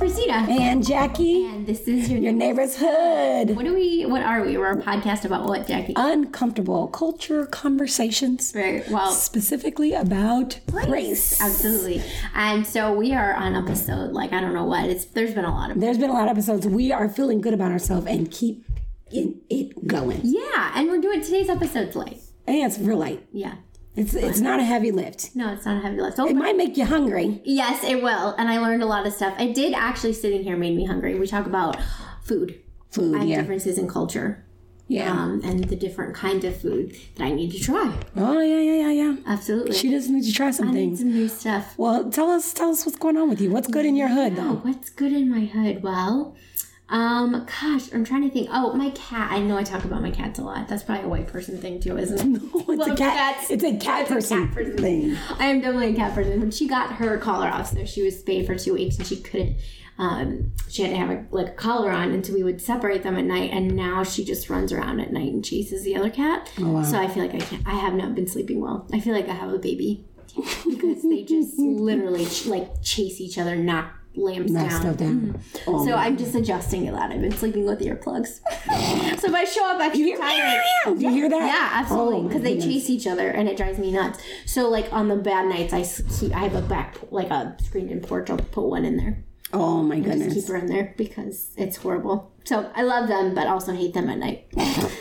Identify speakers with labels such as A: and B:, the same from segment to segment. A: and Jackie,
B: And this is your,
A: your neighbor's hood.
B: What do we? What are we? We're a podcast about what,
A: Uh,
B: Jackie?
A: Uncomfortable culture conversations,
B: Right. Well,
A: specifically about race.
B: absolutely. And so we are on episode like I don't know what. It's there's been a lot of
A: There's been a lot of episodes. We are feeling good about ourselves and keep in it going.
B: yeah, and we're doing today's episode's light.
A: And it's real light.
B: Yeah.
A: It's it's not a heavy lift.
B: No, it's not a heavy lift.
A: It
B: Oh,
A: might make you hungry.
B: yes, it will. And I learned a lot of stuff. I did actually sitting here made me hungry. We talk about food
A: Food,
B: and
A: yeah,
B: differences in culture.
A: yeah.
B: um, and the different kind of food that I need to try.
A: oh yeah, yeah, yeah, yeah.
B: Absolutely.
A: She does need to try some
B: Need
A: things.
B: some new stuff.
A: Well, tell us, tell us what's going on with you. What's good in your hood,
B: Oh,
A: though?
B: what's good in my hood? Well, um, gosh, I'm trying to think. Oh, my cat. I know I talk about my cats a lot. That's probably a white person thing too, isn't it?
A: It's a
B: Love
A: cat.
B: cats.
A: It's a cat person
B: person.
A: thing.
B: I am definitely a cat person. When she got her collar off, so she was spayed for two weeks and she couldn't. Um, she had to have a, like a collar on, and so we would separate them at night. And now she just runs around at night and chases the other cat.
A: Oh,
B: So I feel like I can't. I have not been sleeping well. I feel like I have a baby because they just literally ch- like chase each other, knock lamps
A: Knock
B: down.
A: stuff down. Oh,
B: So I'm just adjusting to that. I've been sleeping with earplugs. so if I show up extra tired,
A: Do you hear that?
B: yeah, absolutely.
A: Oh,
B: Because they chase each other, and it drives me nuts. So, like on the bad nights, I s- keep I have a back like a screen-in porch. I'll put one in there,
A: Oh my
B: just keep
A: goodness.
B: her in there because it's horrible. So I love them, but also hate them at night.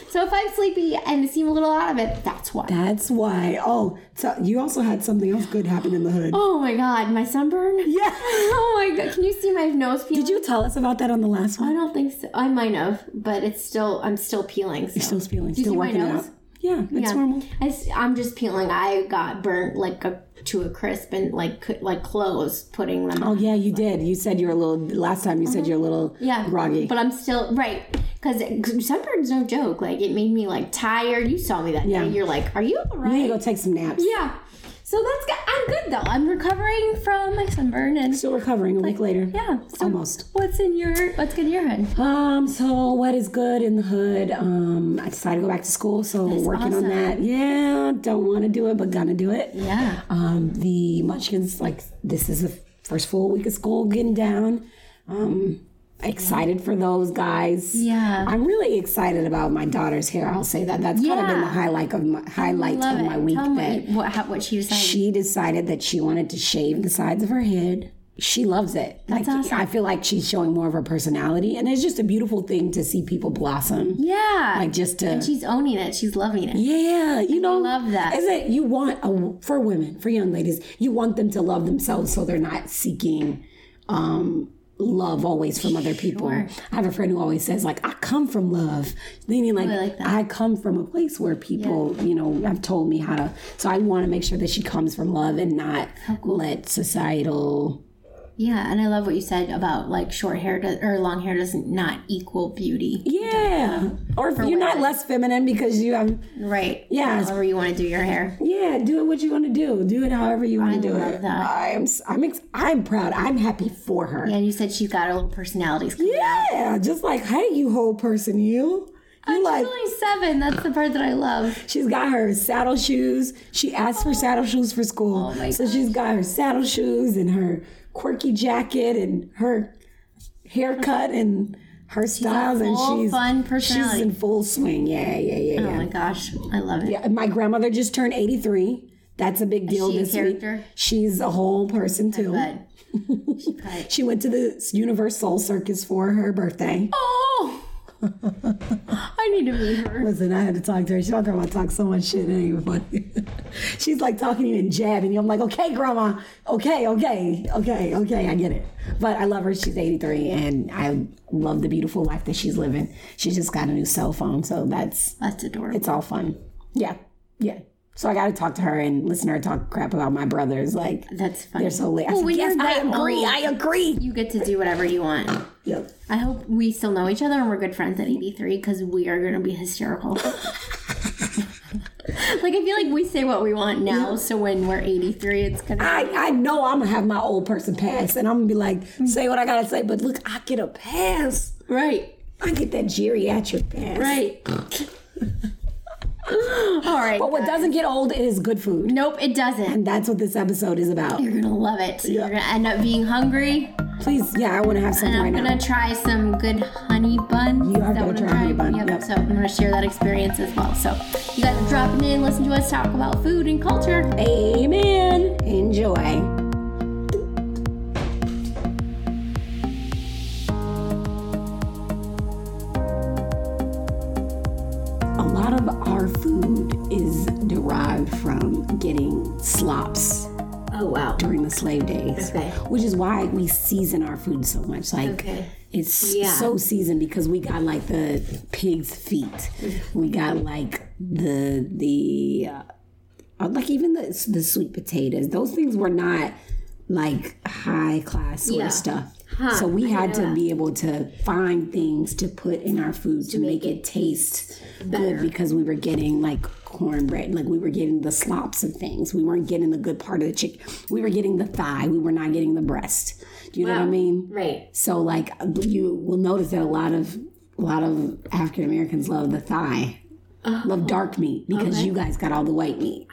B: so if I'm sleepy and seem a little out of it, that's why.
A: That's why. Oh, so you also had something else good happen in the hood.
B: oh my god, my sunburn.
A: Yeah.
B: oh my god, can you see my nose peeling?
A: Did you tell us about that on the last one?
B: I don't think so. I might have, but it's still I'm still peeling. So.
A: Still feeling,
B: you
A: still
B: see my
A: working it
B: nose?
A: out. Yeah, it's
B: Yeah.
A: normal.
B: I am just peeling. I got burnt like a, to a crisp and like cou- like clothes putting them.
A: Oh
B: on.
A: yeah, you did. You said you're a little. Last time you said you're a little
B: Mm-hmm. Yeah,
A: groggy.
B: But I'm still right because sunburn's no joke. Like it made me like tired. You saw me that
A: Yeah.
B: day. You're like, are you all
A: I'm
B: right?
A: gonna go take some naps.
B: Yeah. So that's good. I'm good though. I'm recovering from my sunburn and
A: Still recovering a week later.
B: yeah. So
A: Almost.
B: What's in your What's good in your head?
A: Um, so what is good in the hood? Um, I decided to go back to school, so working on
B: awesome.
A: that. Yeah, don't want to do it, but gonna do it.
B: Yeah.
A: Um, the munchkins, like this is the first full week of school, getting down. Um, excited for those guys.
B: Yeah.
A: I'm really excited about my daughter's hair. I'll say that. That's kind of been the
B: Yeah.
A: highlight of my highlight
B: Love
A: of
B: it.
A: my week.
B: Tell
A: that
B: me what how, what she was like.
A: she decided that she wanted to shave the sides of her head. She loves it. That's like,
B: awesome.
A: I feel like she's showing more of her personality, and it's just a beautiful thing to see people blossom.
B: yeah.
A: Like just to,
B: She's owning it. She's loving it.
A: yeah, you know,
B: love that.
A: Is it you want a, for women, for young ladies, you want them to love themselves so they're not seeking um, love always from other people. I have a friend who always says like, "I come from love," meaning like, I,
B: like that.
A: come from a place where people, you know, have told me how to. So I want to make sure that she comes from love and not let societal.
B: Yeah, and I love what you said about like short hair does, or long hair does not equal beauty.
A: Yeah, or if you're not less feminine because you have.
B: Right.
A: Yeah.
B: However you want to do your hair.
A: Yeah, do it what you want to do. Do it however you want to do
B: love
A: it.
B: that.
A: I'm s- I'm ex- I'm proud. I'm happy for her.
B: And you said she's got her little personalities.
A: Yeah, just like hey, you whole person, you. You
B: She's
A: like
B: only seven. That's the part that I love.
A: she's got her saddle shoes. She asked for saddle shoes for school,
B: Oh. my
A: so she's got her saddle shoes and her quirky jacket and her haircut and her styles, and
B: full
A: she's
B: fun
A: she's
B: personality.
A: in full swing. Yeah, yeah, yeah,
B: Oh
A: yeah.
B: my gosh, I love it.
A: Yeah, My grandmother just turned eighty three. That's a big deal
B: she a
A: this week.
B: character?
A: She's a whole person too.
B: But she probably.
A: She went to the Universe Soul Circus for her birthday.
B: Oh, I need to meet her.
A: Listen, I had to talk to her. She my grandma talks so much shit. It ain't even funny. She's like talking to you and jabbing you. I'm like, okay, grandma. Okay, okay, okay, okay. I get it. But I love her. She's 83, and I love the beautiful life that she's living. She just got a new cell phone, so that's
B: That's adorable.
A: it's all fun. Yeah, yeah. So I got to talk to her and listen to her talk crap about my brothers. Like
B: That's funny.
A: they're so late. I
B: Well,
A: said,
B: when
A: yes,
B: you're
A: I
B: that
A: agree.
B: old-
A: I agree.
B: You get to do whatever you want.
A: Yep.
B: I hope we still know each other and we're good friends at 83 because we are going to be hysterical. like, I feel like we say what we want now, so when we're 83, it's going to.
A: I, I know I'm gonna have my old person pass, and I'm gonna be like, say what I gotta say, but look, I get a pass.
B: Right,
A: I get that geriatric pass.
B: right. All right.
A: But what doesn't get old is good food.
B: nope, it doesn't.
A: That's what this episode is about.
B: You're going to love it. You're going to end up being hungry
A: Please, yeah, I want to have some
B: And
A: right
B: I'm
A: now.
B: gonna try some good honey bun.
A: You are gonna
B: what I'm
A: try honey
B: trying?
A: bun,
B: Yep.
A: yep.
B: So I'm gonna share that experience as well. So you guys are dropping in, listen to us talk about food and culture.
A: Amen. Enjoy. A lot of our food is derived from getting slops
B: Oh wow.
A: during the slave days,
B: Okay.
A: which is why we season our food so much. Like
B: Okay.
A: it's
B: Yeah.
A: so seasoned because we got like the pig's feet, we got like the the uh, like even the the sweet potatoes. Those things were not like high class sort
B: Yeah.
A: of stuff.
B: Huh,
A: so we
B: I
A: had to
B: know that.
A: be able to find things to put in our food to, make, it taste good because we were getting like cornbread, like we were getting the slops of things. We weren't getting the good part of the chicken. We were getting the thigh. We were not getting the breast. Do you know what I
B: Wow.
A: mean?
B: Right.
A: So like you will notice that a lot of a lot of African Americans love the thigh.
B: Oh,
A: Love dark meat because you guys got all the white meat.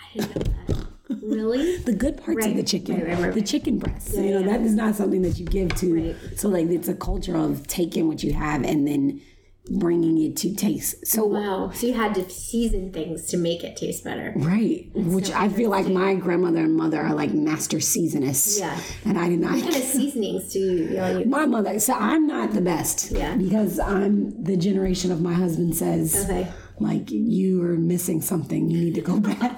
B: Really?
A: The good parts of
B: Right,
A: the chicken,
B: right, right, right.
A: the chicken breasts. you know that is not something that you give to.
B: Right.
A: So like it's a culture of taking what you have and then bringing it to taste. So
B: Wow. So you had to season things to make it taste better.
A: right, which I feel like my grandmother and mother are like master seasonists.
B: Yeah.
A: and I did not.
B: What kind of seasonings do you, you, know, you
A: My mother. So I'm not the best.
B: Yeah.
A: Because I'm the generation of my husband says.
B: Okay.
A: like you are missing something you need to go back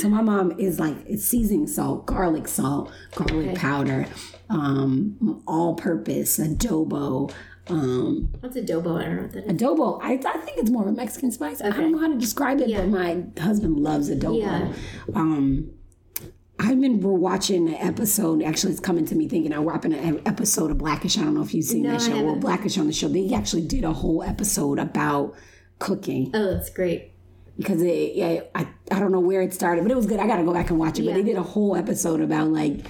A: so my mom is like it's seasoning salt garlic salt garlic powder um all purpose adobo um
B: What's adobo? I don't know what that is.
A: adobo i, I think it's more of a mexican spice i don't know how to describe it but my husband loves adobo
B: Yeah.
A: um I've been we're watching an episode. Actually, it's coming to me thinking I'm watching an episode of Blackish. I don't know if you've seen
B: No,
A: that
B: I
A: show. Well,
B: haven't.
A: Blackish on the show, they actually did a whole episode about cooking
B: Oh, that's great.
A: because it, yeah, I, I don't know where it started, but it was good. I got to go back and watch it. But they did a whole episode about like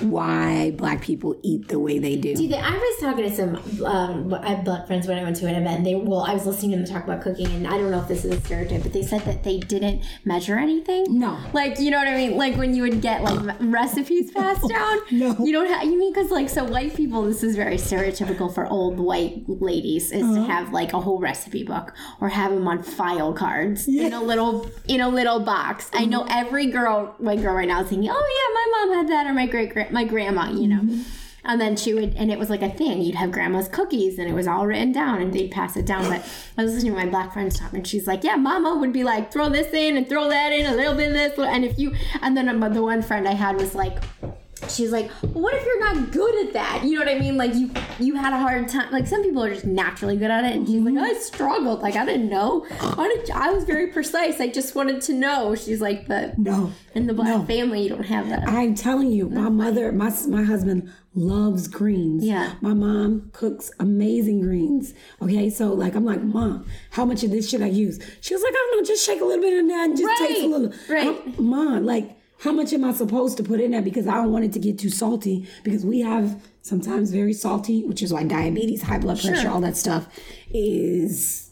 A: why black people eat the way they do.
B: Dude, I was talking to some um, I have black friends when I went to an event. They well, I was listening to them talk about cooking, and I don't know if this is a stereotype, but they said that they didn't measure anything.
A: No.
B: Like you know what I mean? Like when you would get like m- recipes passed down.
A: No.
B: You don't have. You mean because like so white people, this is very stereotypical for old white ladies is
A: Uh-huh.
B: to have like a whole recipe book or have them on file cards in a little in a little box. I know
A: Mm-hmm.
B: every girl, white girl right now is thinking, oh yeah, my mom had that or my great gra- my grandma, you know.
A: Mm-hmm.
B: And then she would, and it was like a thing. You'd have grandma's cookies, and it was all written down, and they'd pass it down. But I was listening to my black friends talk, and she's like, "Yeah, mama would be like, throw this in and throw that in, a little bit of this, and if you." And then um, the one friend I had was like, she's like, "What if you're not good at that? You know what I mean? Like you, you had a hard time. Like some people are just naturally good at it." And she's like, "I struggled. Like I didn't know. I, didn't, I was very precise. I just wanted to know." She's like, "But
A: No.
B: in the black
A: No.
B: family, you don't have that."
A: I'm telling you, my mother, my my husband loves greens.
B: Yeah.
A: My mom cooks amazing greens. Okay, so like I'm like, mom, how much of this should I use? She was like, I don't know, just shake a little bit of that and just taste a
B: Right,
A: little.
B: right.
A: I'm- mom, like, how much am I supposed to put in there? Because I don't want it to get too salty. Because we have sometimes very salty, which is why diabetes, high blood pressure, all that stuff is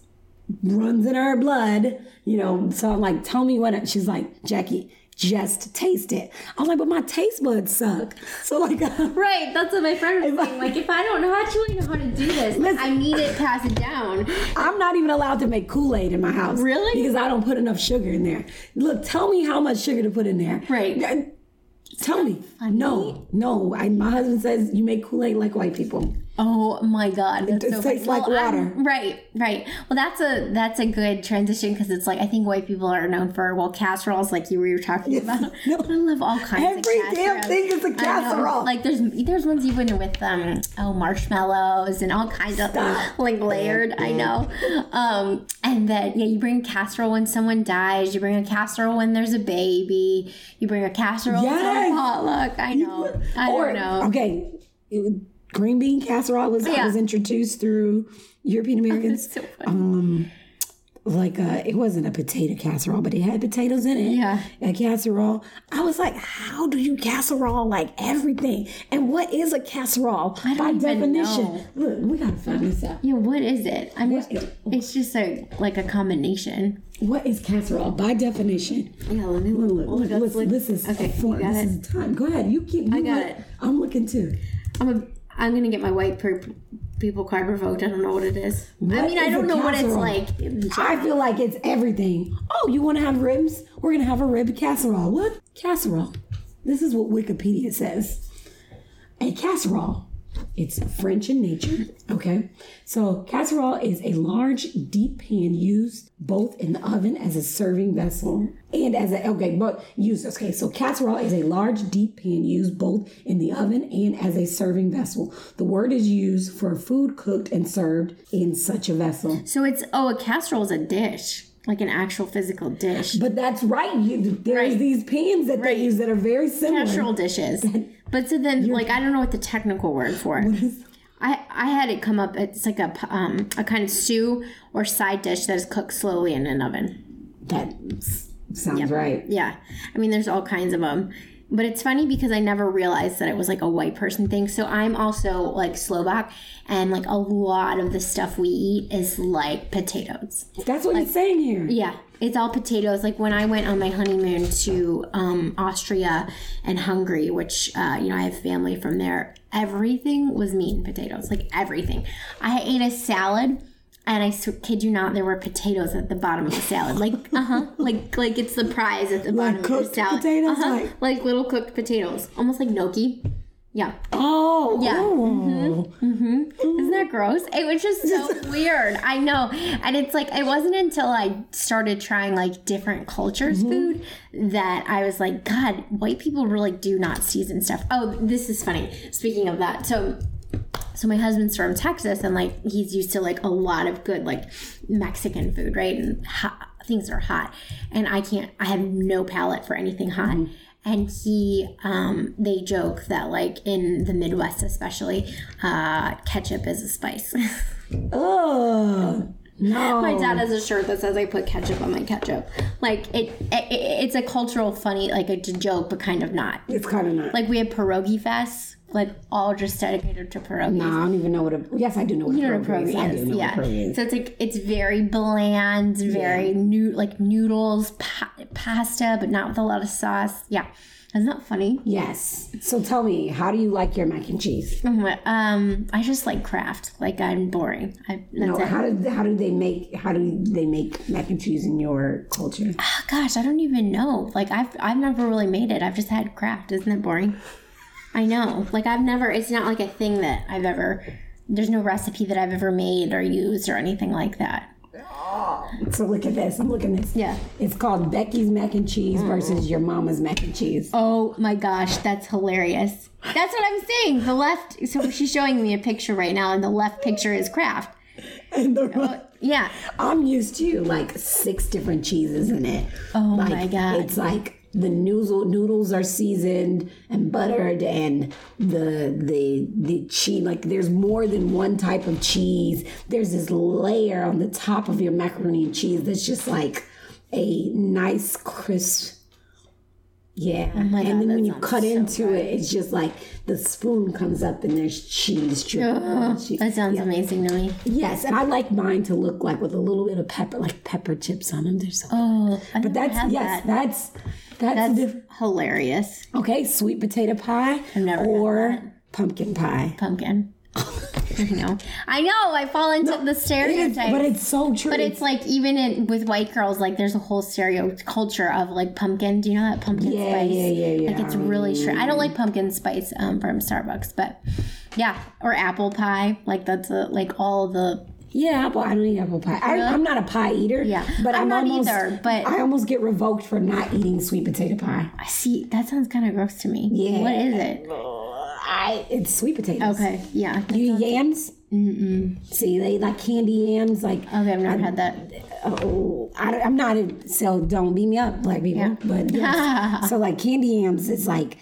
A: runs in our blood, you know. So I'm like, tell me what. I-" She's like, Jackie, just taste it. I'm like, but my taste buds suck. So like,
B: Right, that's what my friend was saying. Like, if I don't know, actually know how to do this,
A: Listen.
B: I need it, pass it down.
A: I'm not even allowed to make Kool Aid in my house.
B: Really?
A: Because I don't put enough sugar in there. Look, tell me how much sugar to put in there.
B: Right.
A: Yeah, Tell me. No, no. I, my husband says you make Kool Aid like white people.
B: Oh my god, that's
A: It
B: so
A: tastes
B: funny.
A: like
B: Well,
A: water.
B: I'm- right, right. Well, that's a that's a good transition because it's like I think white people are known for well casseroles, like you were talking about.
A: no.
B: I love all kinds. of
A: Every damn
B: casseroles.
A: thing is a
B: I know.
A: casserole.
B: Like there's there's ones even with um oh marshmallows and all kinds
A: Stop.
B: of like layered. I know. Um and that yeah, you bring a casserole when someone dies. You bring a casserole when there's a baby. You bring a casserole
A: Yes.
B: to a potluck. I know. I
A: or,
B: don't know.
A: Okay. it- green bean casserole was, I
B: Yeah.
A: was introduced through European Americans.
B: So funny.
A: um, like a it wasn't a potato casserole, but it had potatoes in it.
B: Yeah.
A: A casserole. I was like, how do you casserole like everything? And what is a casserole
B: don't
A: by
B: even
A: definition?
B: know.
A: Look, we gotta find this out.
B: Yeah, what is it? I mean,
A: What is-
B: it's just a like a combination.
A: What is casserole by definition?
C: Yeah, let me
A: Look,
C: look.
A: look,
C: up-
A: listen, this is
C: okay. you
A: form.
C: got
A: This
C: it?
A: is time. Go ahead. You keep. You
C: I got
A: look.
C: it.
A: I'm looking too.
C: I'm a, I'm gonna get my white per- people card revoked. I don't know what it is. I mean, I
A: is a
C: don't know what it's
A: casserole?
C: like. in general.
A: I feel like it's everything. Oh, you want to have ribs? We're gonna have a rib casserole. What casserole? This is what Wikipedia says. A casserole. It's French in nature. Okay, so casserole is a large, deep pan used both in the oven as a serving vessel and as a okay, but used. Okay, so casserole is a large, deep pan used both in the oven and as a serving vessel. The word is used for food cooked and served in such a vessel.
B: So it's oh, a casserole is a dish, like an actual physical dish.
A: But that's right. You, there's
B: Right.
A: these pans that
B: Right.
A: they use that are very similar.
B: Casserole dishes. But so then, like, I don't know what the technical word for it.
A: is-
B: I, I had it come up. It's like a p- um, a kind of stew or side dish that is cooked slowly in an oven.
A: That s- sounds right.
B: Yeah. I mean, there's all kinds of them. But it's funny because I never realized that it was like a white person thing. So I'm also like Slovak, and like a lot of the stuff we eat is like potatoes.
A: That's what he's saying here.
B: Yeah, it's all potatoes. Like when I went on my honeymoon to um, Austria and Hungary, which uh, you know I have family from there. Everything was meat and potatoes. Like everything. I ate a salad, and I sw- kid you not, there were potatoes at the bottom of the salad. Like uh huh, like like it's the prize at the bottom of
A: Uh-huh. cooked
B: the salad.
A: potatoes,
B: Uh-huh.
A: like-
B: like little cooked potatoes, almost like gnocchi. Yeah.
A: Oh,
B: Yeah. Mm-hmm.
A: oh.
B: Isn't that gross? It was just so weird. I know. And it's like, it wasn't until I started trying like different cultures'
A: Mm-hmm.
B: food that I was like, God, white people really do not season stuff. Oh, this is funny. Speaking of that, so. So my husband's from Texas, and like he's used to like a lot of good like Mexican food, right? And hot, things that are hot, and I can't. I have no palate for anything hot and he um, they joke that like in the midwest especially uh, ketchup is a spice
A: oh. Ugh. No.
B: my dad has a shirt that says i put ketchup on my ketchup like it, it it's a cultural funny like a joke but kind of not
A: It's kind of not.
B: like we had pierogi fest like all just dedicated to pierogies
A: no, I don't even know what a. Yes, I do know what
B: You
A: a
B: know what a
A: pierogi is. I
B: pierogi
A: do
B: is,
A: know
B: yeah.
A: what a pierogi is.
B: So it's like it's very bland, very new, like noodles, pa- pasta, but not with a lot of sauce. Yeah, isn't that funny?
A: Yes. So tell me, how do you like your mac and cheese?
B: Um, I just like craft. Like I'm boring. I, that's
A: No,
B: it.
A: how do how do they make how do they make mac and cheese in your culture?
B: Ah, gosh, I don't even know. Like I've I've never really made it. I've just had craft. Isn't it boring? I know. Like I've never. It's not like a thing that I've ever. There's no recipe that I've ever made or used or anything like that.
A: So look at this. I'm looking at this.
B: Yeah.
A: It's called Becky's mac and cheese versus your mama's mac and cheese.
B: Oh my gosh, that's hilarious. That's what I'm saying. The left. So she's showing me a picture right now, and the left picture is craft.
A: And the right-
B: Yeah.
A: I'm used to like six different cheeses in it.
B: Oh
A: like,
B: my God.
A: It's like the noodle, noodles are seasoned and buttered, and the the the cheese. Like there's more than one type of cheese. There's this layer on the top of your macaroni and cheese that's just like a nice crisp. Yeah,
B: Oh God,
A: and then
B: that
A: when you
B: sounds
A: cut
B: so
A: into it, it's just like the spoon comes up and there's cheese dripping. on the cheese.
B: Oh, That sounds amazing to me.
A: Yes, and I like mine to look like with a little bit of pepper, like pepper chips on them. They're so.
B: Oh, I
A: but that's yes, that's that's,
B: That's
A: diff-
B: hilarious.
A: okay. Sweet potato pie
B: never had
A: or pumpkin pie.
B: Pumpkin. I know. I know. I fall into the
A: It is-
B: stereotype.
A: but it's so true.
B: But it's like even in, with white girls, like there's a whole stereo culture of like pumpkin. Do you know that pumpkin
A: Yeah,
B: spice?
A: yeah, yeah,
B: Like it's really true. I don't like pumpkin spice um, from Starbucks, but yeah, or apple pie. Like that's a, like all the
A: yeah, apple. I don't eat apple pie. I, I'm not a pie eater.
B: Yeah,
A: but
B: I'm
A: I'm,
B: not
A: almost,
B: either, but-
A: I almost get revoked for not eating sweet potato pie.
B: I see. That sounds kind of gross to me.
A: Yeah.
B: What is it?
A: I it's sweet potatoes.
B: Okay. Yeah.
A: You eat yams? Mm-mm. See, they like candy yams, like
B: Okay, I've never had that.
A: oh, I, am not a, so don't beat me up, black people. But yes. so like candy yams is like,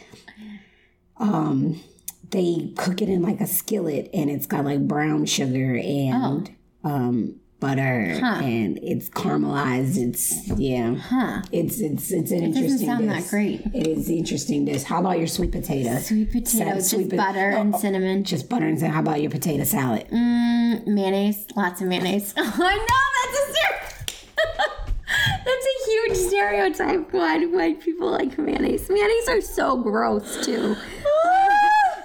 A: um, they cook it in like a skillet and it's got like brown sugar and um butter
B: Oh. Huh.
A: and it's caramelized. It's yeah.
B: Huh.
A: It's it's it's an interesting.
B: sound that
A: dish.
B: great.
A: It is interesting dish. How about your sweet potato?
B: Sweet potato,
A: Sa-
B: just
A: sweet pot-
B: butter and cinnamon.
A: Just butter and cinnamon. How about your potato salad?
B: Mm, mayonnaise, lots of mayonnaise. I know that's a stereotype. that's a huge stereotype. Why do white people like mayonnaise? Mayonnaise are so gross too.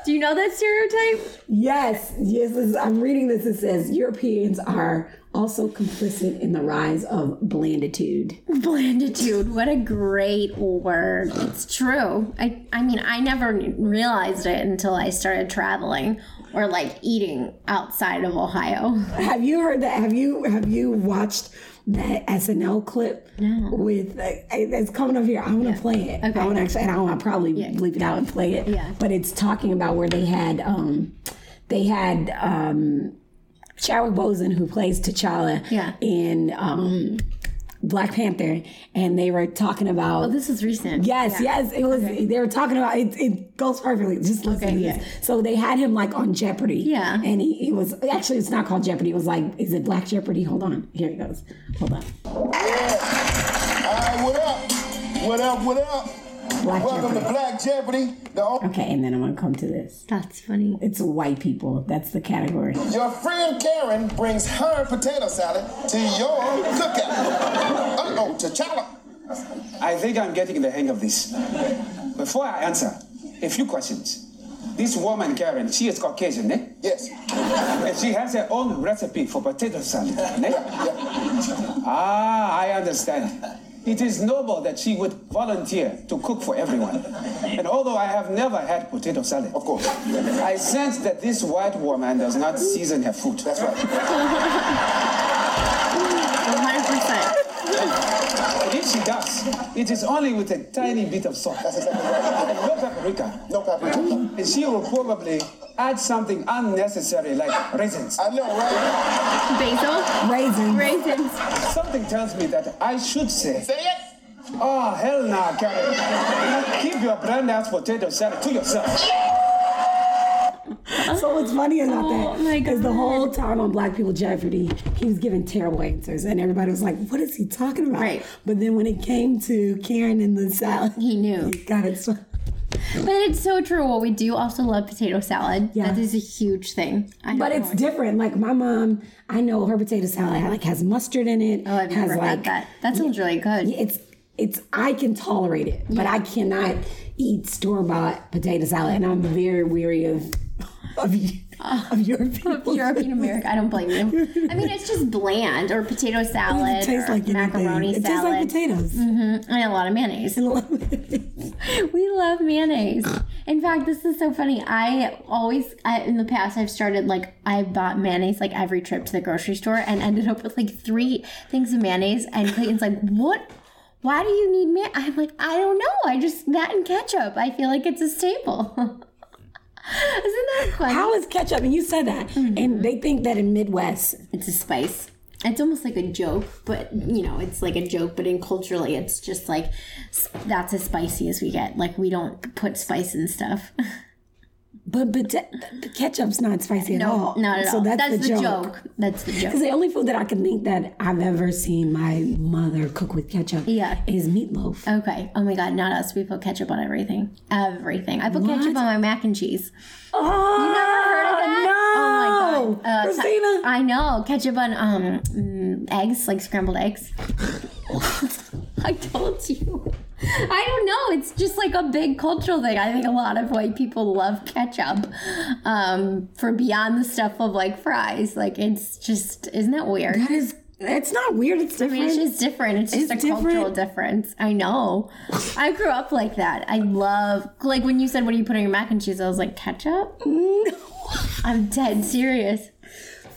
B: do you know that stereotype?
A: Yes, yes. This, I'm reading this. It says Europeans are also complicit in the rise of blanditude.
B: Blanditude. What a great word. It's true. I I mean I never realized it until I started traveling or like eating outside of Ohio.
A: Have you heard that? Have you have you watched that SNL clip? No. With uh, it's coming up here. I want to play it.
B: Okay.
A: I want to actually. I don't. I probably leave it out and play it.
B: Yeah.
A: But it's talking about where they had um, they had um, Chadwick Boseman who plays T'Challa.
B: Yeah.
A: In um, Black Panther, and they were talking about
B: This is recent.
A: Yes, yes, it was. They were talking about it. It goes perfectly. Just listen
B: Okay,
A: to this.
B: yeah.
A: So they had him like on Jeopardy.
B: Yeah.
A: and he, he was actually it's not called Jeopardy. It was like is it Black Jeopardy? Hold on, here he goes. Hold on,
D: Alright, what up? What up, what up?
A: Black
D: Welcome to
A: Jeopardy.
D: Black Jeopardy. The o-
A: Okay, and then I'm gonna come to this.
B: That's funny.
A: It's white people. That's the category.
D: Your friend Karen brings her potato salad to your cookout. Uh-oh, T'Challa.
E: I think I'm getting the hang of this. Before I answer, a few questions. This woman, Karen, she is Caucasian, eh?
D: Yes.
E: And she has her own recipe for potato salad, eh?
D: Yeah.
E: Ah, I understand. It is noble that she would volunteer to cook for everyone. And although I have never had potato salad,
D: Of course.
E: I sense that this white woman does not season her food.
D: That's right.
B: 100%.
E: And if she does, it is only with a tiny bit of salt.
D: That's exactly right.
E: No paprika.
D: No paprika.
E: And she will probably add something unnecessary like raisins.
D: I know, right?
B: Basil?
A: Raisins.
B: Raisins.
E: Something tells me that I should say,
D: Say it.
E: oh, hell nah, Karen. Keep your brand ass potato salad to yourself.
A: So what's funny about that
B: Oh, my
A: is the
B: God.
A: whole time on Black People Jeopardy, he was giving terrible answers, and everybody was like, "What is he talking about?"
B: Right.
A: But then when it came to Karen and the salad,
B: He knew.
A: he got it. so-
B: But it's so true. Well, we do also love potato salad.
A: Yeah.
B: That is a huge thing. I
A: But
B: don't
A: it's
B: know.
A: different. Like my mom, I know her potato salad like has mustard in it.
B: Oh, I've
A: has
B: never had that. That sounds really good.
A: It's it's I can tolerate it, but I cannot eat store bought potato salad, and I'm very weary of of y- of your people.
B: European American, I don't blame you. I mean, it's just bland or potato salad,
A: It tastes
B: or
A: like anything.
B: macaroni
A: It tastes like
B: salad, Mm.
A: potatoes.
B: and a lot of mayonnaise. We love mayonnaise. In fact, this is so funny. I always, I, in the past, I've started like I bought mayonnaise like every trip to the grocery store and ended up with like three things of mayonnaise. And Clayton's like, "What? Why do you need may?" I'm like, "I don't know. I just that and ketchup. I feel like it's a staple." Isn't that funny?
A: How is ketchup? And you said that,
B: Mm-hmm.
A: and they think that in Midwest,
B: it's a spice. It's almost like a joke, but you know, it's like a joke. But in culturally, it's just like s- that's as spicy as we get. Like we don't put spice in stuff.
A: but but, but ketchup's not spicy at all.
B: Not at
A: so
B: all.
A: That's, the, joke.
B: That's the
A: It's
B: joke.
A: the only food that I can think that I've ever seen my mother cook with ketchup.
B: Yeah.
A: is meatloaf.
B: Okay. Oh my God. Not us. We put ketchup on everything. Everything. I put ketchup
A: What?
B: on my mac and cheese.
A: Oh,
B: You never heard of that?
A: No.
B: Oh my God. Uh,
A: Christina.
B: I know ketchup on um mm, eggs, like scrambled eggs. I told you. I don't know. It's just like a big cultural thing. I think a lot of white people love ketchup um, for beyond the stuff of like fries. Like it's just isn't that weird?
A: that is. It's not weird. It's
B: I
A: different.
B: mean, it's just different. It's just
A: It's
B: a cultural
A: different.
B: difference. I know. I grew up like that. I love like when you said, "What do you put on your mac and cheese?" I was like, "Ketchup." I'm dead serious.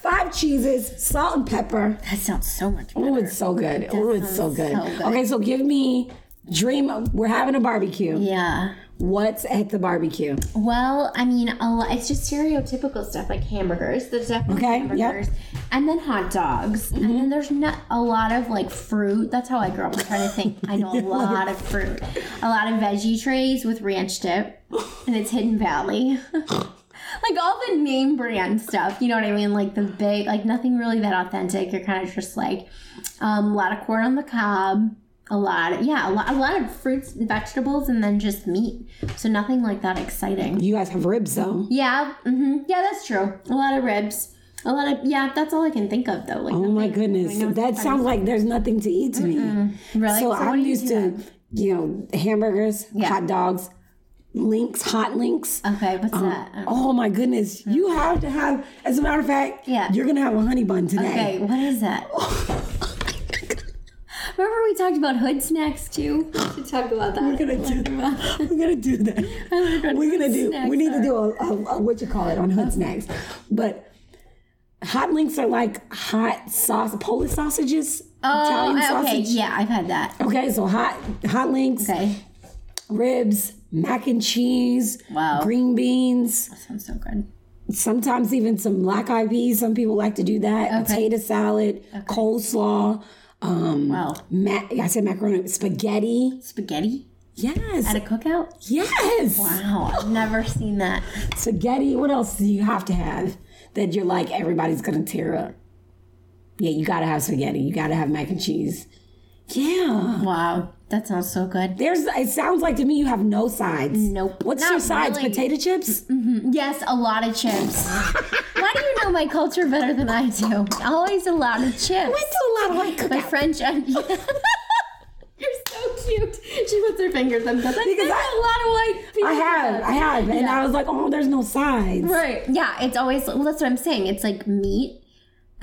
A: Five cheeses, salt and pepper.
B: That sounds so much better.
A: Oh, it's so good. Oh, it's so
B: sounds
A: good.
B: so good.
A: Okay, so give me dream. Of, we're having a barbecue.
B: Yeah.
A: What's at the barbecue?
B: Well, I mean, a lot, it's just stereotypical stuff like hamburgers. There's definitely
A: Okay, yep. Mm-hmm.
B: hamburgers, and then hot dogs, and then there's not a lot of like fruit. That's how I grew up. I'm trying to think. I know a lot of fruit, a lot of veggie trays with ranch dip, and it's Hidden Valley. like all the name brand stuff. You know what I mean? Like the big, like nothing really that authentic. You're kind of just like um, a lot of corn on the cob, a lot, of, yeah, a lot, a lot of fruits and vegetables, and then just meat. So nothing like that exciting.
A: You guys have ribs though.
B: Yeah, hmm yeah, that's true. A lot of ribs. A lot of yeah, that's all I can think of though. Like
A: Oh my goodness. That sounds like there's nothing to eat to me.
B: really.
A: So,
B: what
A: I'm
B: do you
A: used
B: do
A: to, you know, hamburgers,
B: Yeah. Uh-huh.
A: hot dogs, links, hot links.
B: then? Okay, what's that? Um,
A: Oh my goodness. You have to have, as a matter of fact,
B: Mm-hmm. Yeah.
A: you're going to have a honey bun
B: Okay,
A: today.
B: what is that? Remember we talked about hood snacks too?
C: to talk about that.
A: We're gonna do that. We're gonna do that. We're gonna do. We need to do a, a, a what you call it on hood snacks, but hot links are like hot sauce, Polish sausages,
B: Oh,
A: Italian
B: okay,
A: sausage.
B: yeah, I've had that.
A: Okay, so hot hot links,
B: Okay,
A: ribs, mac and cheese,
B: Wow.
A: green beans,
B: sounds so good.
A: sometimes even some black eyed peas. Some people like to do that. Potato salad, coleslaw, um,
B: Wow,
A: ma- I said macaroni, spaghetti.
B: spaghetti
A: Yes,
B: at a cookout?
A: yes.
B: Wow, I've never seen that.
A: Spaghetti. What else do you have to have that you're like everybody's gonna tear up? Yeah, you gotta have spaghetti. You gotta have mac and cheese. Yeah.
B: Wow, that sounds so good.
A: There's. It sounds like to me you have no sides.
B: Nope.
A: What's
B: Not
A: your sides?
B: really.
A: Potato chips.
B: Yes, a lot of chips. Why do you know my culture better than I do? Always a lot of chips.
A: I do a lot of like
B: My
A: cooking
B: French onion. You're so cute. She puts her fingers up. Because
A: Because
B: a
A: I-
B: lot of white people.
A: I have. I have. And I was like, oh, there's no sides.
B: Right. Yeah, it's always well that's what I'm saying. It's like meat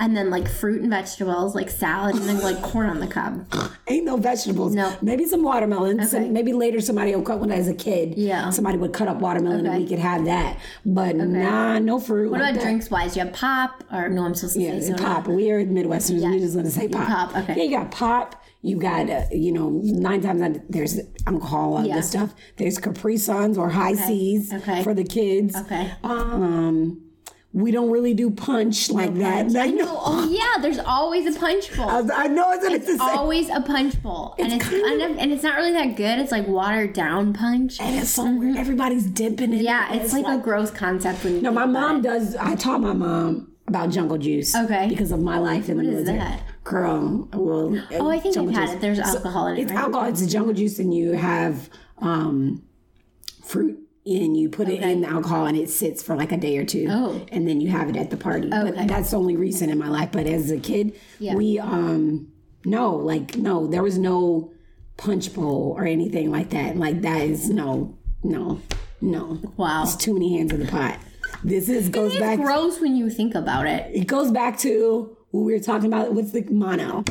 B: and then like fruit and vegetables, like salad and then like corn on the cob.
A: Ain't no vegetables.
B: No.
A: Maybe some watermelons.
B: Okay.
A: And maybe later somebody will cut when I was a kid.
B: Yeah.
A: Somebody would cut up watermelon
B: Okay.
A: and we could have that. But nah, no fruit.
B: What about drinks wise? You have pop or no I'm supposed to
A: Yeah,
B: say
A: and
B: soda.
A: pop. We are Midwesterners.
B: Yeah.
A: We're just gonna say pop.
B: Pop, okay.
A: Yeah, you got pop. You got uh, you know nine times out of- there's alcohol all
B: Yeah.
A: this stuff. There's Capri Suns or High Seas
B: okay.
A: for the kids.
B: Okay.
A: Um, we don't really do punch like that. I know.
B: Oh yeah, there's always a punch bowl.
A: I, I know it's, it's the same.
B: always a punch bowl. and it's
A: kind
B: kind of and it's not really that good. It's like watered down punch.
A: and it's so weird. Everybody's dipping it.
B: Yeah, it's, like, a gross concept when you
A: No, my mom does. I taught my mom about jungle juice.
B: Okay.
A: Because of my life in the
B: What is
A: military.
B: that?
A: Girl, well.
B: Oh, I think I've had it. There's alcohol in it,
A: It's
B: right?
A: alcohol. It's a jungle juice, and you have um, fruit. And you put it in the alcohol, and it sits for like a day or two,
B: Oh.
A: and then you have it at the party.
B: Okay.
A: But that's only recent in my life. But as a kid,
B: Yeah.
A: we um no, like no, there was no punch bowl or anything like that. Like that is no, no, no.
B: Wow.
A: It's too many hands in the pot. This is goes
B: It's
A: back.
B: gross when you think about it.
A: It goes back to what we were talking about. What's the mono?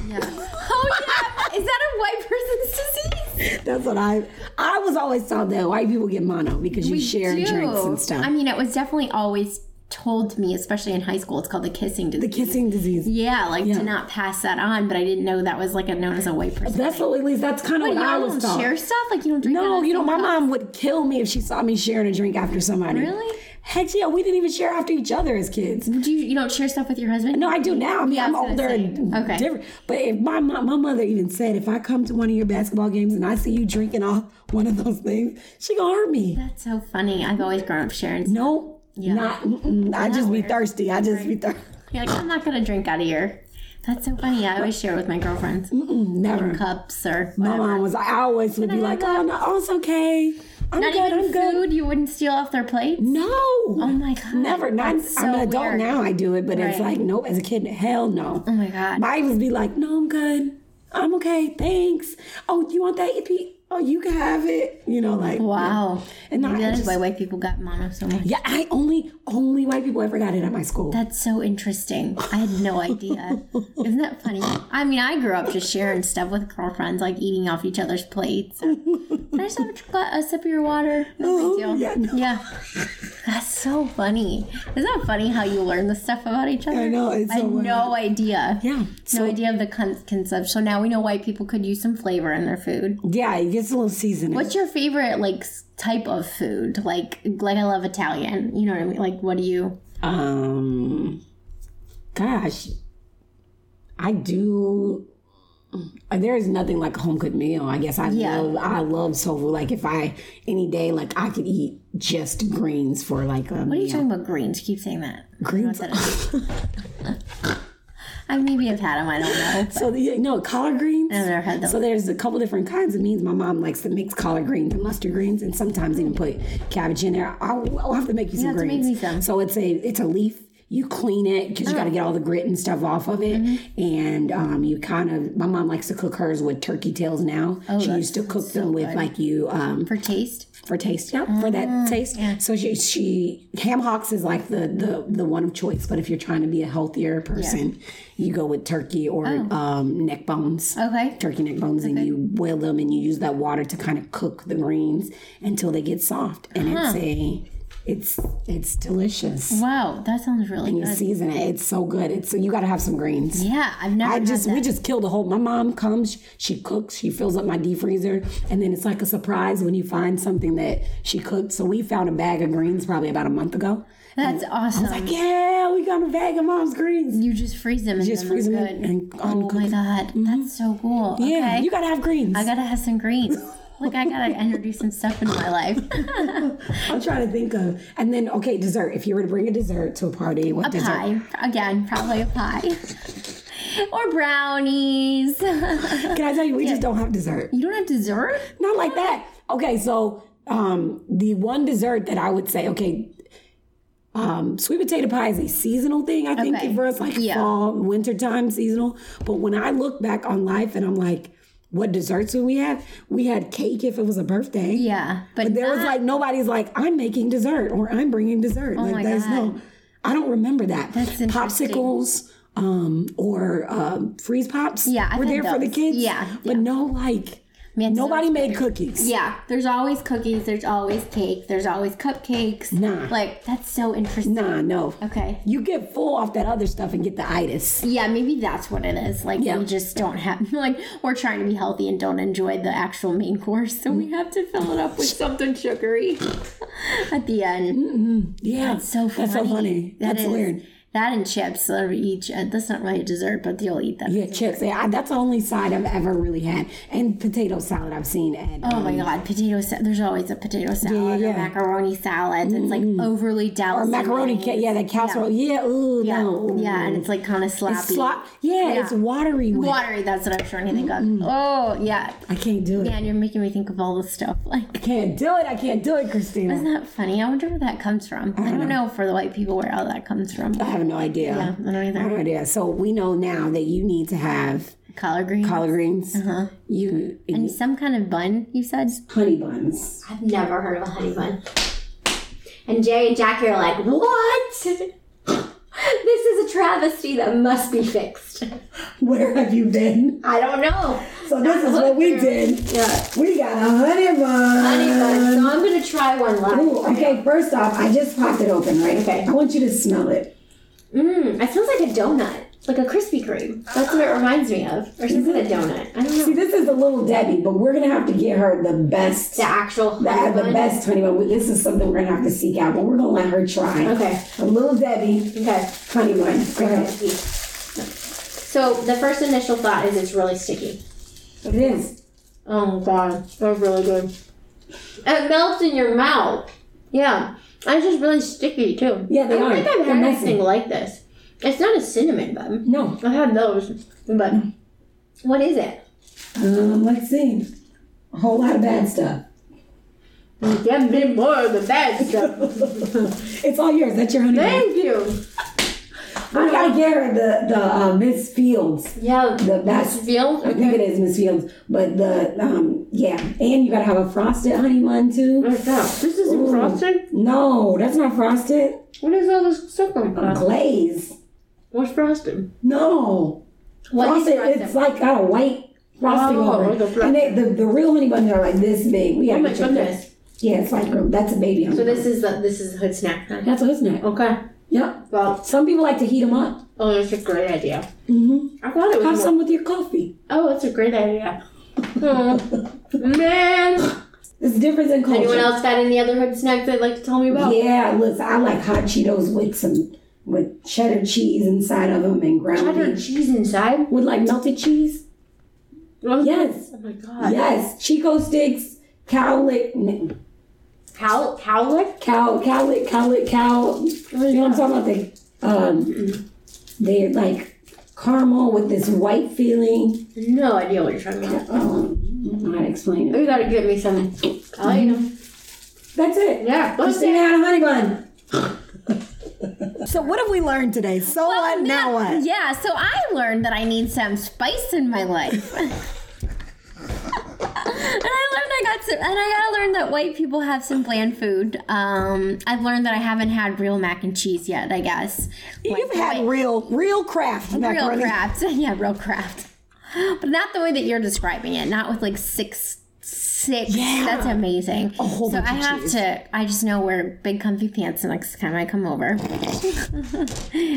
B: Oh yeah. Is that a white person's disease?
A: That's what I. I was always taught that white people get mono because you share
B: do.
A: drinks and stuff.
B: I mean, it was definitely always told to me, especially in high school. It's called the kissing
A: the
B: disease.
A: kissing disease.
B: yeah, like to not pass that on, but I didn't know that was like a known as a white person.
A: That's what, at least that's kind of
B: But
A: what I
B: y'all
A: was
B: don't
A: taught.
B: share stuff, like you don't drink. out
A: no,
B: of the
A: you know,
B: same
A: my
B: cup?
A: mom would kill me if she saw me sharing a drink after somebody.
B: Really?
A: Heck yeah, we didn't even share after each other as kids.
B: Do you you don't share stuff with your husband?
A: No, I do now. I mean,
B: Yeah, I
A: I'm
B: was gonna
A: older
B: say.
A: and
B: Okay.
A: different. But if my, my my mother even said, if I come to one of your basketball games and I see you drinking off one of those things, she gonna hurt me.
B: That's so funny. I've always grown up sharing. stuff.
A: No, not. Mm-mm, I just be thirsty. I just be thirsty.
B: You're like, I'm not gonna drink out of your. That's so funny. I always share with my girlfriends
A: Mm-hmm. mm, Never.
B: cups or
A: My
B: whatever.
A: mom was. I always would be like, oh no, oh, it's okay. I'm
B: not
A: good.
B: even
A: Oh I'm good.
B: food. You wouldn't steal off their plate.
A: No. Oh
B: my God,
A: Never. Not.
B: that's
A: I'm
B: so
A: an adult
B: weird.
A: now. I do it, but it's
B: Right.
A: like nope. As a kid, hell no.
B: Oh my god.
A: I would be like, no, I'm good. I'm okay. Thanks. Oh, you want that ippy? Oh, you can have it. You know, like
B: wow.
A: And no,
B: Maybe
A: I
B: that is
A: just-
B: why white people got mono so much.
A: Yeah, I only only white people ever got it at my school.
B: That's so interesting. I had no idea. Isn't that funny? I mean, I grew up just sharing stuff with girlfriends, like eating off each other's plates. Can I just have a, chocolate- a sip of your water? No big
A: Oh,
B: deal.
A: yeah, no.
B: That's so funny. Isn't that funny how you learn this stuff about each other?
A: I know, it's
B: I had
A: so weird.
B: no idea.
A: Yeah, so-
B: no idea of the con- concept. So now we know why people could use some flavor in their food.
A: yeah, it gets a little seasoned.
B: What's your favorite like s- type of food? Like, like I love Italian. You know what I mean? Like, what do you?
A: Um, gosh, I do Uh, There is nothing like a home cooked meal. I guess I
B: Yeah.
A: love I love tofu. Like if I any day like I could eat just greens for like a
B: What are you
A: meal.
B: talking about greens? Keep saying that.
A: Greens.
B: I don't know what that is. I maybe have had them. I don't know.
A: So the, yeah, no collard greens.
B: I've never had those.
A: So there's a couple different kinds of beans. My mom likes to mix collard greens and mustard greens, and sometimes even put cabbage in there. I'll, I'll have to make you some
B: have to make
A: greens.
B: me some. Uh-huh.
A: So it's a it's a leaf. You clean it because you got to get all the grit and stuff off of it,
B: Mm-hmm.
A: and um, you kind of. My mom likes to cook hers with turkey tails now. she
B: that
A: used to cook them with like you um,
B: For taste,
A: for taste. Yep, for
B: Mm-hmm.
A: that taste. So she, she ham hocks is like the, the the one of choice. But if you're trying to be a healthier person, you go with turkey or um, neck bones.
B: Oh. Okay.
A: turkey neck bones, and you boil them and you use that water to kind of cook the greens until they get soft, and it's
B: Uh-huh.
A: a it's it's delicious.
B: wow, that sounds really
A: You
B: good.
A: season it; it's so good. It's so you got to have some greens.
B: Yeah, I've never.
A: I
B: had
A: just
B: that.
A: we just killed a whole. My mom comes, she cooks, she fills up my deep freezer, and then it's like a surprise when you find something that she cooked. So we found a bag of greens probably about a month ago.
B: That's awesome.
A: Oh, Like yeah, we got a bag of mom's greens.
B: you just freeze them and
A: Just
B: then
A: freeze them
B: good.
A: and- and
B: oh
A: uncook
B: my
A: them.
B: god, that's so cool.
A: Yeah,
B: okay.
A: you gotta have greens.
B: I gotta have some greens. Look, I gotta introduce some stuff into my life.
A: I'm trying to think of, and then okay, dessert. If you were to bring a dessert to a party, what dessert?
B: pie again, probably a pie or brownies. you
A: Can I tell you, we just don't have dessert.
B: don't have dessert.
A: Not like that. Okay, so um, the one dessert that I would say, okay, um, sweet potato pie is a seasonal thing. I think
B: Okay.
A: for us, like
B: Yeah.
A: fall, wintertime, seasonal. But when I look back on life, and I'm like, what desserts would we have? We had cake if it was a birthday.
B: Yeah, but,
A: But there was
B: not- Oh
A: like nobody's like I'm making dessert or I'm bringing dessert. like
B: my
A: there's no,
B: God.
A: I don't remember that.
B: That's interesting.
A: Popsicles um, or um, freeze pops.
B: Yeah, I've
A: were
B: had
A: there for the
B: those.
A: kids.
B: Yeah,
A: but no like
B: Man, dessert
A: nobody
B: was
A: made cookies.
C: Yeah, there's always cookies, there's always cake, there's always cupcakes.
A: Nah.
C: Like, that's so interesting.
A: Nah, no.
C: Okay.
A: You get full off that other stuff and get the itis.
C: Yeah, maybe that's what it is. Like,
A: Yeah.
C: we just don't have, like, we're trying to be healthy and don't enjoy the actual main course. So
A: Mm.
C: we have to fill it up with something sugary at the end.
A: Yeah, that's
B: so funny.
A: That's so funny.
B: That
A: that's
B: is-
A: weird.
B: That and chips. They'll eat. uh, That's not really a dessert, but they'll eat that.
A: Yeah, chips. Yeah, I, that's the only side I've ever really had, and potato salad I've seen. And
B: Oh my god, potato salad. There's always a potato salad
A: yeah,
B: or
A: yeah.
B: macaroni salad that's like overly
A: or
B: delicate.
A: macaroni. Ca- yeah, that casserole. Yeah. ooh,
B: Yeah,
A: no. ooh.
B: yeah, and it's like kind of sloppy.
A: It's slop. Yeah, it's watery. wet.
B: Watery, that's what I was trying to think of.
C: Mm-hmm.
B: Oh, yeah.
A: I can't do it.
B: Man, you're making me think of all this stuff. Like,
A: I can't do it. I can't do it, Christina.
B: isn't that funny? I wonder where that comes from. I don't know for the white people where all that comes from.
A: I have no idea.
B: Yeah, I don't either.
A: I have no idea. So we know now that you need to have
B: Collard greens.
A: collard greens. Uh-huh. You and
B: and some kind of bun, you said?
A: honey buns.
C: I've never heard of a honey bun. And Jay and Jackie are like, what? this is a travesty that must be fixed.
A: Where have you been?
C: I don't know.
A: So this is what we did.
C: Yeah,
A: We got a honey bun.
C: honey bun.
B: Um,
C: So I'm gonna try one live.
A: Ooh, okay, first off, I just popped it open, right?
C: Okay.
A: I want you to smell it.
C: Mmm, it smells like a donut, like a Krispy Kreme. That's what it reminds me of, or
B: Mm-hmm.
C: something a donut. I don't
A: See,
C: know.
A: this is the little Debbie, but we're gonna have to get her the best.
C: The actual honey
A: That the
C: bun.
A: best honey bun. We- This is something we're gonna have to seek out, but we're gonna let her try.
C: Okay.
A: A little Debbie
C: Okay.
A: honey bun. Go ahead.
C: So the first initial thought is it's really sticky.
A: It is.
C: Oh god, that's really good. It melts in your mouth. Yeah, and it's just really sticky too.
A: Yeah, they
C: I don't
A: are.
C: think I've
A: They're
C: had
A: messy.
C: anything like this. It's not a cinnamon bun.
A: No. Mm.
C: I've had those, but what is it?
A: Um, let's see. A whole lot of bad stuff.
C: Get me more of the bad stuff.
A: It's all yours. That's your honey bun.
C: Thank you.
A: I gotta get her the the uh, Miss Fields.
C: Yeah,
A: The best.
C: Fields.
A: I think it is Miss Fields, but the um yeah, and you gotta have a frosted honey bun too.
C: This isn't
A: Ooh.
C: frosted.
A: No, that's not frosted.
C: What is all this stuff on frosted?
A: Glaze.
C: What's frosted?
A: No.
C: What is
A: frosted, It's like got a white frosting
C: Oh,
A: over
C: the
A: it. And they, the, the real honey buns are like this big. We
C: Oh
A: gotta
C: my
A: get you this.
C: goodness.
A: Yeah, it's like that's a baby honey.
C: So
A: bun.
C: this Oh. is the this is hood snack. time.
A: that's what it's not.
C: Okay.
A: Yep.
C: Well,
A: Some people like to heat them up.
C: oh, that's a great idea.
A: Mm-hmm.
C: I thought it was.
A: Have
C: more-
A: some with your coffee.
C: Oh, that's a great idea. Oh, man.
A: There's a difference in culture.
C: Anyone else got any other hood snacks they'd like to tell me about?
A: Yeah, listen, I like hot Cheetos with some with cheddar cheese inside of them and ground
C: Cheddar
A: beef.
C: cheese inside.
A: with like melted cheese. Yes.
F: Oh my god.
A: Yes. Chico sticks, cowlick, n-
F: Cow cowlick?
A: cow, cowlick, cowlick, cow. You know what I'm talking about? They, um, they're like caramel with this white feeling.
F: No idea what you're talking about.
A: Um, I don't know how to explain it.
F: You gotta give me some. I'll let you know.
A: That's it.
F: Yeah.
A: Christina had a honey bun. so what have we learned today? So
B: Well,
A: what? Now what?
B: Yeah, so I learned that I need some spice in my life. and I learned I got some, and I gotta learn that white people have some bland food. Um, I've learned that I haven't had real mac and cheese yet. I guess
A: You've
B: Like,
A: had
B: like,
A: real, real craft macaroni.
B: real craft, yeah, real craft, but not the way that you're describing it. Not with like six. Six. That's amazing.
A: whole
B: so
A: bunch
B: I
A: of
B: have
A: cheese.
B: to. I just know wear big comfy pants the next time I come over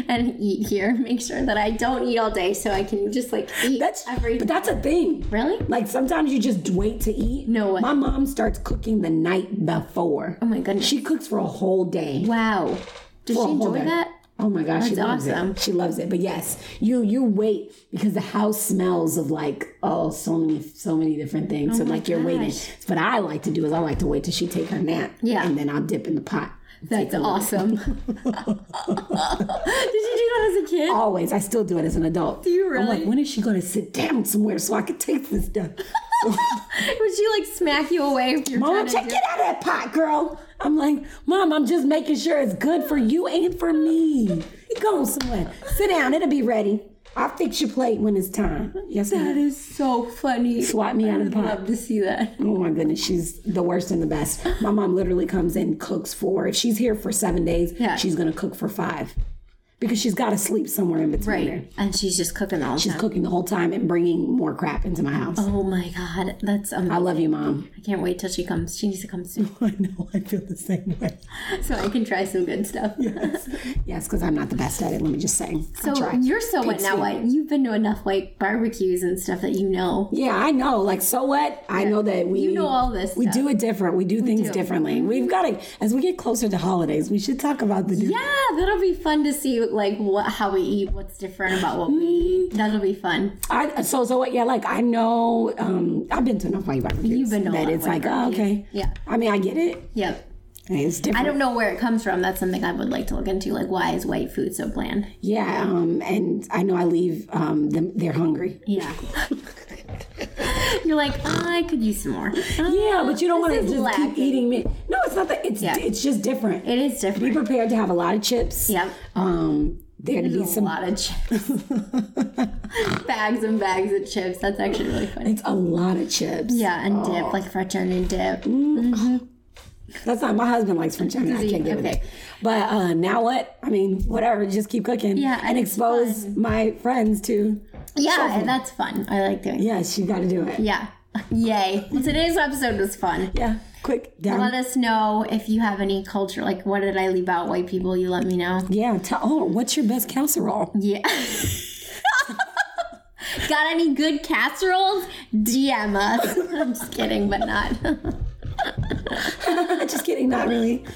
B: and eat here. Make sure that I don't eat all day so I can just like eat
A: That's
B: every.
A: but that's a thing.
B: Really?
A: Like sometimes you just wait to eat.
B: No way.
A: My mom starts cooking the night before.
B: Oh my goodness.
A: She cooks for a whole day.
B: wow. Does
A: For a
B: she
A: whole
B: enjoy
A: day.
B: that?
A: Oh my gosh, she
B: That's
A: loves
B: awesome.
A: it. She loves it. But yes, you you wait because the house smells of like oh so many so many different things. so
B: Oh my
A: like you're waiting.
B: gosh.
A: What I like to do is I like to wait till she take her nap.
B: Yeah.
A: And then I'll dip in the pot.
B: That's awesome. Did you do that as a kid?
A: Always, I still do it as an adult. Do
B: you
A: I'm like,
B: really?
A: when is she gonna sit down somewhere so I can take this stuff?
B: Would she like smack you away if you're trying
A: Mama,
B: to
A: check
B: do-
A: it out of that pot, girl. I'm like, Mom, I'm just making sure it's good for you and for me. Go somewhere. Sit down, it'll be ready. I'll fix your plate when it's time. Yes,
B: That
A: ma'am.
B: is so funny.
A: Swat me out of the
B: I'd
A: pot.
B: love to see that.
A: Oh my goodness, she's the worst and the best. My mom literally comes in, cooks for if she's here for seven days,
B: Yeah.
A: she's gonna cook for five. Because she's gotta sleep somewhere in between there.
B: Right. And she's just cooking all the
A: She's
B: time.
A: cooking the whole time and bringing more crap into my house.
B: oh my god, that's amazing.
A: I love you, mom.
B: I can't wait till she comes. She needs to come soon
A: I know, I feel the same way.
B: so I can try some good stuff.
A: Yes, because I'm not the best at it, let me just say. I
B: So
A: try.
B: you're so what now
A: Pig
B: what? You've been to enough like barbecues and stuff that you know.
A: Yeah, I know. Like, so what? I know that we.
B: You know all this
A: We
B: stuff. Mm-hmm.
A: do it different. We do things differently. We've got to, as we get closer to holidays, we should talk about the different.
B: Yeah, that'll be fun to see like what how we eat, what's different about what we
A: Mm-hmm.
B: eat. That'll be fun.
A: I, so, so what? Yeah, like, I know, um, I've been to enough white barbecues.
B: You've been to a
A: That
B: lot of
A: it's
B: white
A: like, oh,
B: barbecues.
A: okay.
B: Yeah.
A: I mean, I get it.
B: Yep.
A: It's different.
B: I don't know where it comes from. That's something I would like to look into. Like, why is white food so bland?
A: Yeah. Um, and I know I leave, um, them, they're hungry.
B: Yeah. You're like, "Ah, I could use some more.
A: Yeah, but you don't want to
B: This is
A: just keep
B: lacking.
A: eating meat. No, it's not that. It's,
B: Yeah.
A: it's just different.
B: It is
A: Be
B: different.
A: prepared to have a lot of chips.
B: Yep.
A: Um, there to be
B: There's a
A: some
B: lot of chips. bags and bags of chips. That's actually really funny.
A: It's a lot of chips.
B: Yeah, and dip, like French onion dip.
A: That's not my husband likes French onion. I
B: he?
A: can't get with
B: Okay.
A: it. But uh, now what? I mean, whatever. Just keep cooking.
B: Yeah,
A: and
B: it's
A: expose my friends to.
B: Yeah, and that's fun. I like doing it.
A: Yes, you got to do it.
B: Yeah. Yay. Well, today's episode was fun.
A: Yeah. Quick
B: Let
A: down.
B: us know if you have any culture. Like, what did I leave out? White people, you let me know.
A: Yeah. Tell, oh, what's your best casserole?
B: Yeah. Got any good casseroles? DM us. I'm just kidding, but not.
A: Just kidding. Not really.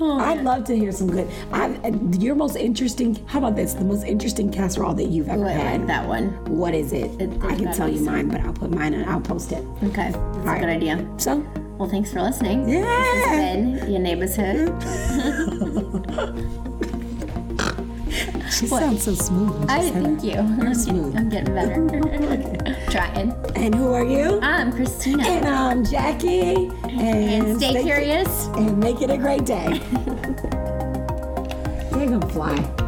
B: Oh,
A: I'd love to hear some good. I've, uh, your most interesting. How about this? The most interesting casserole that you've ever
B: But I like
A: had.
B: that one.
A: What is it?
B: there's
A: I can
B: gotta
A: tell
B: be
A: you mine, but I'll put mine and I'll post it.
B: Okay, that's a
A: right.
B: good idea.
A: So,
B: Well, thanks for listening.
A: yeah.
B: Ben, your neighborhood.
A: She sounds so smooth. when she
B: I
A: said that.
B: thank you. I'm
A: smooth.
B: getting, I'm getting better. Trying.
A: And who are you?
B: I'm Christina.
A: And I'm Jackie. And,
B: and stay curious.
A: And make it a great day. They're gonna fly.